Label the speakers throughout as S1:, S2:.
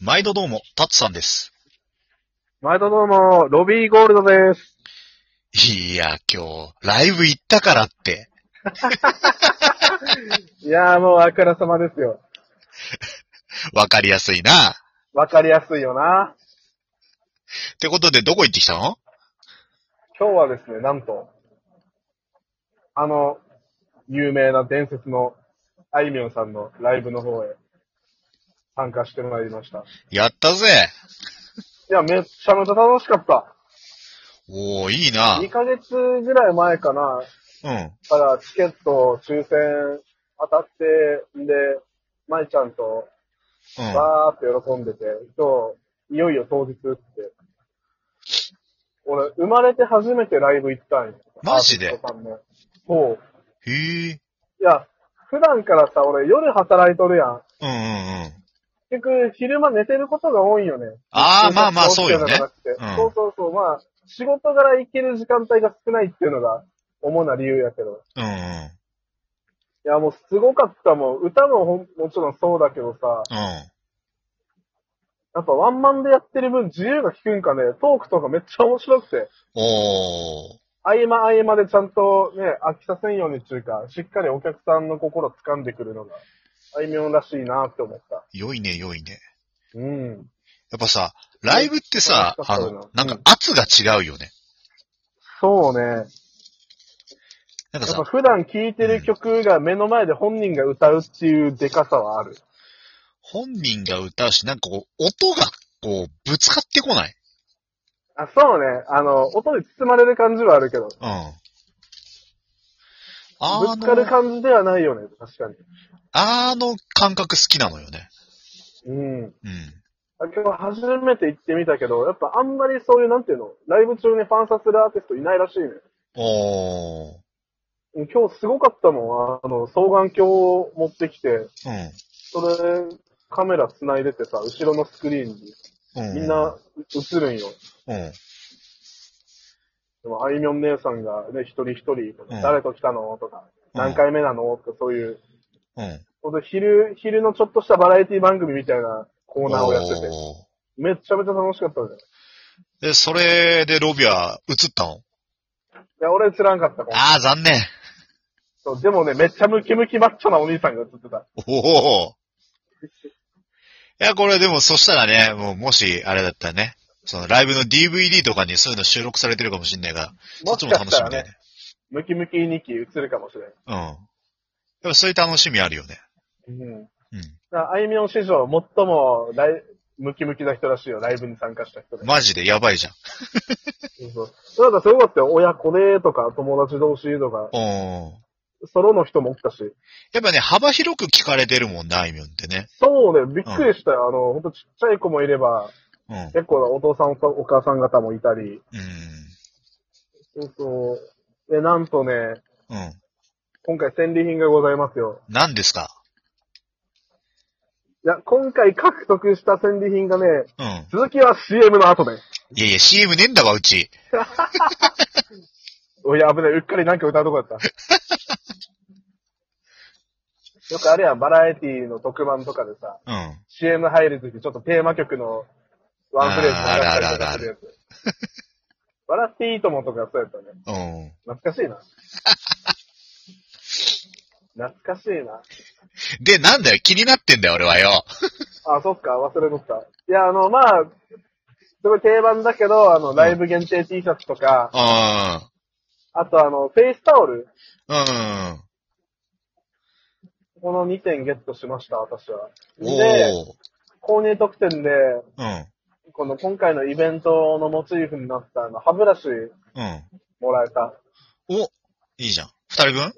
S1: 毎度どうも、タツさんです。
S2: 毎度どうも、ロビーゴールドです。
S1: いや、今日、ライブ行ったからって。
S2: いやーもうあからさまですよ。
S1: わかりやすいな。
S2: わかりやすいよな。
S1: ってことで、どこ行ってきたの
S2: 今日はですね、なんと、あの、有名な伝説のあいみょんさんのライブの方へ参加してまいりました。い
S1: やったぜ。
S2: や、めっちゃめちゃ楽しかった。
S1: おー、いいな。
S2: 2ヶ月ぐらい前かな、
S1: うん。
S2: からチケット抽選当たって、んで、舞ちゃんと
S1: うん。
S2: わーって喜んでて、今日、いよいよ当日って。俺、生まれて初めてライブ行ったんよ。
S1: マジで
S2: アーティストさんのそう。
S1: へえ。
S2: いや、普段からさ、俺夜働いとるやん。
S1: うんうんうん。
S2: 結局、昼間寝てることが多いんよね。
S1: あーまあまあ
S2: 仕事
S1: そうよ
S2: が多くて
S1: ね
S2: じゃなくて
S1: うん
S2: そうそうそう、まあ、仕事から行ける時間帯が少ないっていうのが主な理由やけど。
S1: うんうん。
S2: いや、もうすごかったもん。歌もほんもちろんそうだけどさ、
S1: うん。
S2: やっぱワンマンでやってる分自由が利くんかね、トークとかめっちゃ面白くて。
S1: おー。
S2: 合間合間でちゃんとね、飽きさせんようにっていうか、しっかりお客さんの心掴んでくるのが、あいみょんらしいなって思った。
S1: 良いね、良いね。
S2: うん。
S1: やっぱさ、ライブってさ、
S2: うん
S1: あの、なんか圧が違うよね。
S2: そうね。
S1: なんか
S2: やっ
S1: さ
S2: ぱ、普段聴いてる曲が目の前で本人が歌うっていうデカさはある。
S1: 本人が歌うし、なんかこう、音が、こう、ぶつかってこない。
S2: あ、そうね。あの、音で包まれる感じはあるけど、ぶ
S1: うん。あ
S2: つかる
S1: の、
S2: 感じではないよね、確かに。
S1: あの感覚好きなのよね。
S2: うん。
S1: うん。
S2: あ今日初めて行ってみたけど、やっぱあんまりそういう、なんていうの、ライブ中にファンサするアーティストいないらしいね。
S1: おー。
S2: 今日すごかったもん。あの、双眼鏡を持ってきて、
S1: うん。
S2: それ、カメラ繋いでてさ、後ろのスクリーンに、
S1: うん。
S2: みんな映るんよ。
S1: うん。
S2: でも、あいみょん姉さんがね、一人一人とか、
S1: うん
S2: 誰と来たのとか、
S1: うん
S2: 何回目なのとか、そういう、
S1: うん。
S2: ほんと昼、昼のちょっとしたバラエティ番組みたいなコーナーをやってて、
S1: お
S2: めっちゃめちゃ楽しかったね。
S1: ーで、それでロビア映ったの
S2: いや、俺映らんかったから
S1: あー、残念。
S2: そう。でもね、めっちゃムキムキマッチョなお兄さんが映ってた。
S1: おお。いや、これでもそしたらね、もうもし、あれだったらね、そのライブの DVD とかにそういうの収録されてるかもしんないから、そ
S2: も
S1: っち
S2: し
S1: も
S2: かし
S1: 楽
S2: た
S1: し
S2: ら
S1: みだよ
S2: ね
S1: ね。、
S2: ムキムキ2期映るかもしれない。
S1: うん。やっぱそういう楽しみあるよね。
S2: うん
S1: うん。
S2: だからあいみょん史上最もライムキムキな人らしいよ、ライブに参加した人で。
S1: マジでやばいじゃん。
S2: そうそう。なんかすごかったよ、親子でとか、友達同士とか、
S1: おー
S2: ソロの人もおったし。
S1: やっぱね、幅広く聞かれてるもんな、あいみょんってね。
S2: そうね、びっくりしたよ。あの、ほんとちっちゃい子もいれば、
S1: うん。うん。
S2: 結構なお父さんおお母さん方もいたり、そうそう。で、なんとね、
S1: うん。
S2: 今回戦利品がございますよ。
S1: 何ですか
S2: いや、今回獲得した戦利品がね、
S1: うん。
S2: 続きは CM の後で。
S1: いやいや、CM ねえんだわ、うち。
S2: おいや、危ない。うっかりなんか歌うとこ やった。よくあれやん、バラエティの特番とかでさ、
S1: うん。あ
S2: CM 入るときちょっとテーマ曲のワンフレーズ流したりとかするやつ。笑っていいともとかそうやったね。
S1: うん。
S2: 懐かしいな。懐かしいな。
S1: で、なんだよ、気になってんだよ、俺はよ。
S2: あ、そっか、忘れとった。いや、あの、まあ、すごい定番だけど、あの、ライブ限定 T シャツとか、
S1: う
S2: あとあの、フェイスタオル、
S1: ん。うん。
S2: この2点ゲットしました、私は。で、
S1: おー。
S2: 購入特典で、
S1: うん。
S2: この今回のイベントのモチーフになったあの、歯ブラシ
S1: うん。
S2: もらえた。
S1: おいいじゃん。二人分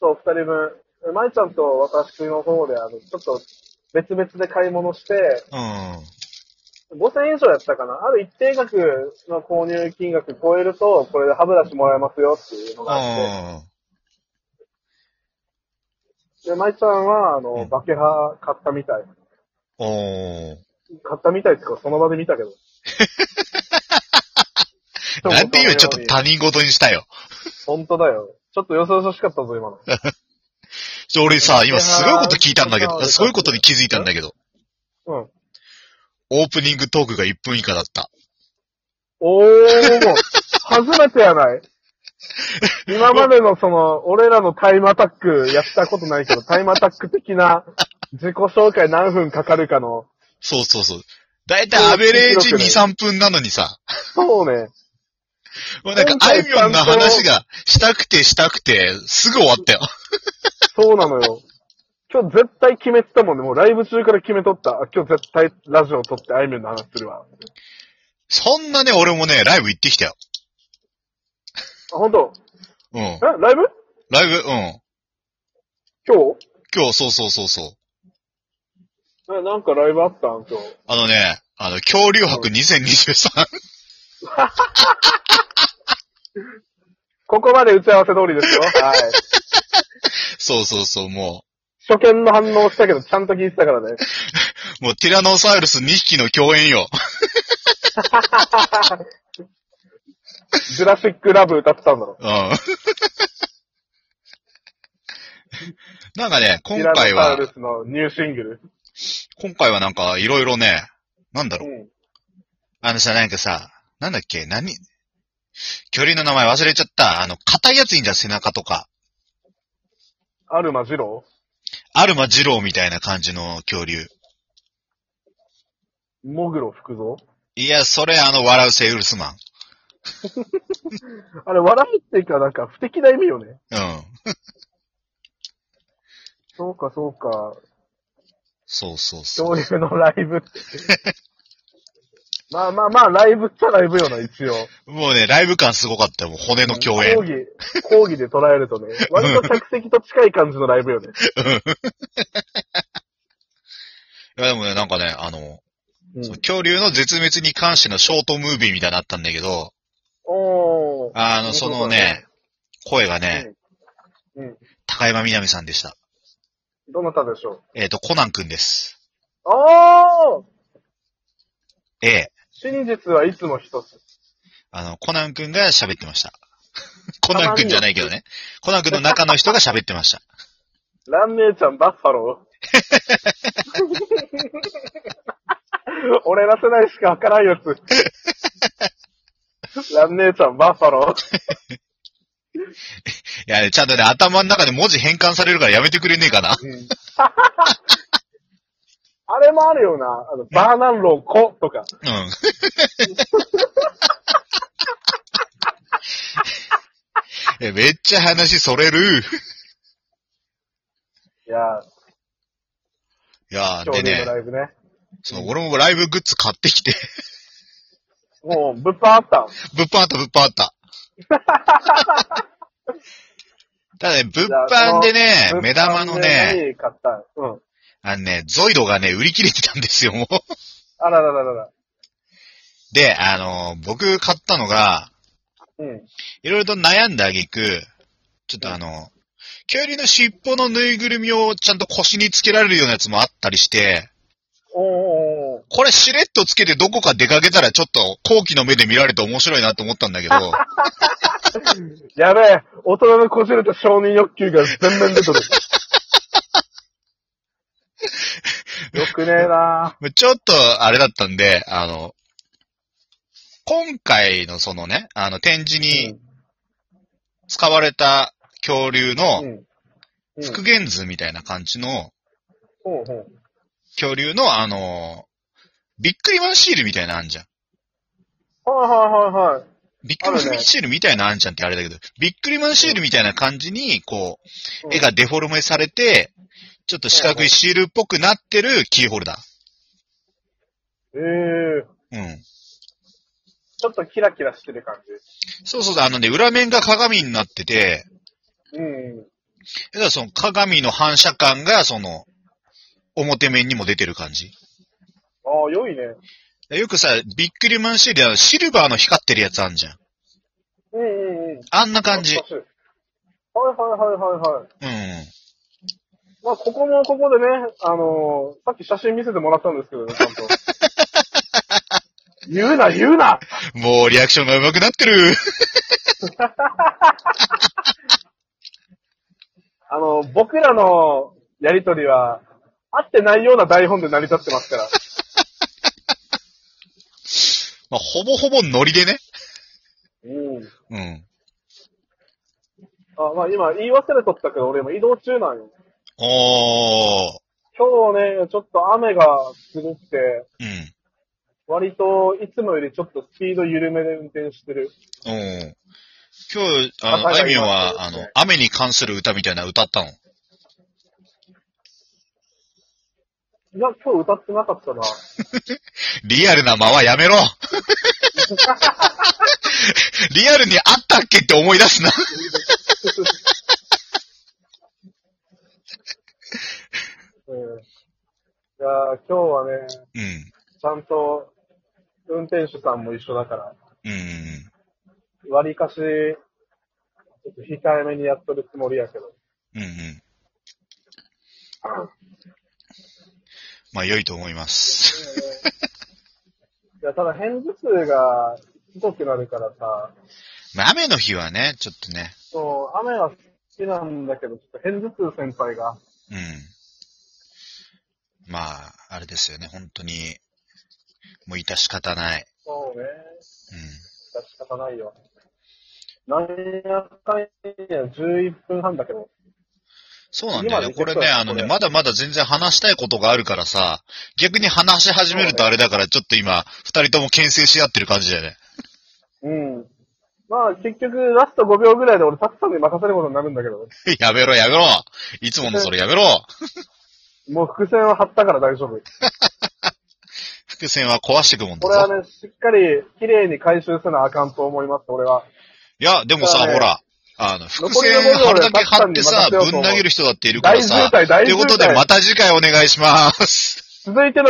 S2: そう、二人分。まいちゃんと私の方で、あの、ちょっと別々で買い物して、
S1: うん。
S2: 5000円以上やったかな。ある一定額の購入金額超えると、これで歯ブラシもらえますよっていうのがあ
S1: う
S2: っ
S1: ん。
S2: て。で、まいちゃんは、あの、
S1: うん
S2: バケハ買ったみたい。
S1: おー。
S2: 買ったみたいっていうか、その場で見たけ ど。
S1: なんていう、ちょっと他人事にしたよ。
S2: 本当だよ。ちょっとよそよそしかったぞ、今の。
S1: ちょ俺さ、今すごいこと聞いたんだけど、すごいことに気づいたんだけど。
S2: うん。
S1: オープニングトークが1分以下だった。
S2: おー、初めてやない。今までのその、俺らのタイムアタックやったことないけど、タイムアタック的な自己紹介何分かかるかの、
S1: そうそうそう。だいたいアベレージ2、3分なのにさ、
S2: そうね、
S1: もうなんか
S2: 今、
S1: あ
S2: 回
S1: いみょんの話がしたくてしたくて、すぐ終わったよ。
S2: そうなのよ。今日絶対決めてたもんね、もうライブ中から決めとった。あ今日絶対ラジオ撮ってあいみょんの話するわ。
S1: そんなね、俺もね、ライブ行ってきたよ。
S2: あ、ほんと
S1: うん
S2: え。ライブ
S1: ライブ、うん。
S2: 今日
S1: 今日、そうそうそうそう。
S2: えなんかライブあったん今日。
S1: あのね、あの、恐竜博2023。
S2: ここまで打ち合わせ通りですよ。はい。
S1: そうそうそう、も
S2: 初見の反応したけど、ちゃんと聞いてたからね。
S1: う、もうティラノサウルス2匹の共演よ。
S2: ジュラシックラブ歌ってたんだろ。
S1: うん。 なんかね、今
S2: テ
S1: 回
S2: ィ
S1: は、
S2: ラノサウルスのニューシングル。
S1: 今回はなんかいろいろね、なんだろう、
S2: うん。
S1: あのさ、なんかさ、なんだっけ、何恐竜の名前忘れちゃった。あの、硬いやついんじゃん、背中とか。
S2: アルマジロ
S1: アルマ二郎みたいな感じの恐竜。
S2: ーモグロ福蔵
S1: いや、それあの、笑うセウルスマン。
S2: あれ、笑いっていうか、なんか不敵な意味よね。
S1: うん。
S2: そうか、そうか。
S1: そうそうそう。
S2: 恐竜のラ イブって。まあまあまあ、ライブっちゃライブよな、一応。
S1: もうね、ライブ感すごかったよ。もう骨の共演
S2: 講。義、講義で捉えるとね、割と客席と近い感じのライブよね。
S1: いや、でもね、なんかね、あの、
S2: うん
S1: その恐竜の絶滅に関してのショートムービーみたいなのあったんだけど、
S2: おー。
S1: あの、そのね、声がね、
S2: うんうん
S1: 高山みなみさんでした。
S2: どなたでしょう
S1: えっ、と、コナンくんです。
S2: おー
S1: ええ
S2: 真実はいつも一つ。
S1: あの、コナンくんが喋ってました。 コナンくんじゃないけどね。コナンくんの中の人が喋ってました。
S2: ラン姉ちゃんバッファ ロー。俺ら世代しかわからん やつ。ラン姉ちゃんバッファロー。
S1: いや、ね、ちゃんとね、頭の中で文字変換されるからやめてくれねえかな。
S2: あれもあるよな。あの、バーナンローコと
S1: う
S2: か。
S1: ん。 えめっちゃ話それる。
S2: いや
S1: いや
S2: ー、
S1: ー、
S2: 今
S1: で
S2: 日の
S1: ね、
S2: ライブね。
S1: その俺もライブグッズ買ってきて、
S2: もう、物販あった。
S1: 物販あった、物販あ った。ただね、物販でね、目玉の
S2: 物
S1: ね、
S2: 販で何買ったうん。
S1: あのね、ゾイドがね、売り切れてたんですよ、もう。
S2: あららららら。
S1: で、あのー僕買ったのが、
S2: うん。
S1: いろいろと悩んだ挙句、ちょっとあの、恐竜の尻尾のぬいぐるみをちゃんと腰につけられるようなやつもあったりして、
S2: おーおーおー。
S1: これしれっとつけてどこか出かけたらちょっと後期の目で見られて面白いなと思ったんだけど、
S2: やべえ、大人のこじれた承認欲求が全面出 てる。よくねえな
S1: ちょっとあれだったんで、あの、今回のそのね、あの展示に使われた恐竜
S2: う
S1: の
S2: ん。うん
S1: 復元図みたいな感じの
S2: ほうほう
S1: 恐竜のあの、びっくりマンシールみたいなのあんじゃん。
S2: はいはいはいはい。
S1: ビックリマンシールみたいなのあんじゃんってあれだけど、ビックリマンシールみたいな感じに、こ
S2: う
S1: う、
S2: ん
S1: 絵がデフォルメされて、ちょっと四角いシールっぽくなってるキーホルダ
S2: ええー、
S1: ー。うん。
S2: ちょっとキラキラしてる感
S1: そうそうだ、あのね、裏面が鏡になってて、
S2: じ。うん。
S1: だからその鏡の反射感が、その、表面にも出てる感じ。
S2: ああ、良いね。
S1: よくさ、ビックリマンシールであのシルバーの光ってるやつあんじゃん。
S2: うんうんうん。
S1: あんな感じ。うん
S2: 懐。かしいはいはいはいはいはい。まあ、ここもここでね、あのーさっき写真見せてもらったんですけどね、ちゃん と。言うな、言うな
S1: もうリアクションが上手くなってる。
S2: あの、僕らのやりとりは、合ってないような台本で成り立ってますから。
S1: まあ、ほぼほぼノリでね。
S2: うん。
S1: うん。
S2: あ、まあ今言い忘れとったけど、俺今移動中なんよ。
S1: おー。
S2: 今日ね、ちょっと雨がすごくて、
S1: うん。
S2: 割といつもよりちょっとスピード緩めで運転してる。
S1: うん。今日、あの、
S2: あ
S1: あ
S2: はい
S1: いみょん
S2: はい
S1: は、あの、雨に関する歌みたいな歌ったの
S2: いや、今日歌ってなかったな。
S1: リアルな間はやめろリアルにあったっけって思い出すな。
S2: うん。いやー、今日はね、
S1: うん。
S2: ちゃんと運転手さんも一緒だから、
S1: うん。
S2: 割かし、ちょっと控えめにやっとるつもりやけど。
S1: うんうん。まあ、良いと思います。
S2: いや、ただ変頭痛がすごくなるからさ、
S1: まあ、雨の日はね、ちょっとね。
S2: そう、雨は好きなんだけど、ちょっと変頭痛先輩が、
S1: うん。まあ、あれですよね、本当に。もう致し方ない。
S2: そうね、
S1: うん。
S2: 仕方ないよ。なんやかんや11分半だけど、
S1: そうなんだよね。
S2: 今ね
S1: これ
S2: 実
S1: ね、
S2: は
S1: あのね、
S2: これ
S1: まだまだ全然話したいことがあるからさ、逆に話し始めるとあれだから、ちょっと今、二人とも牽制し合ってる感じだよね。
S2: うん。まあ結局ラスト5秒ぐらいで俺たくさんに任せることになるんだけど、
S1: やめろ、やめろいつものそれやめろ
S2: もう伏線を張ったから大丈夫。
S1: 伏線は壊してくもんだ
S2: これは
S1: ぞ。
S2: ね、しっかり綺麗に回収せなあかんと思います、俺は。
S1: いや、でもさ、
S2: これはね
S1: ほら、あの、伏
S2: 残りの
S1: 線
S2: 五秒で
S1: 貼るだけ貼ってさ、
S2: タッチさんに任せようと
S1: ぶ
S2: 思うん
S1: 投げる人だっているか
S2: 大
S1: ら
S2: 渋
S1: さ、
S2: 滞、
S1: と
S2: 大
S1: いう
S2: 渋
S1: ことで
S2: 滞。
S1: また次回お願いします。
S2: 続いての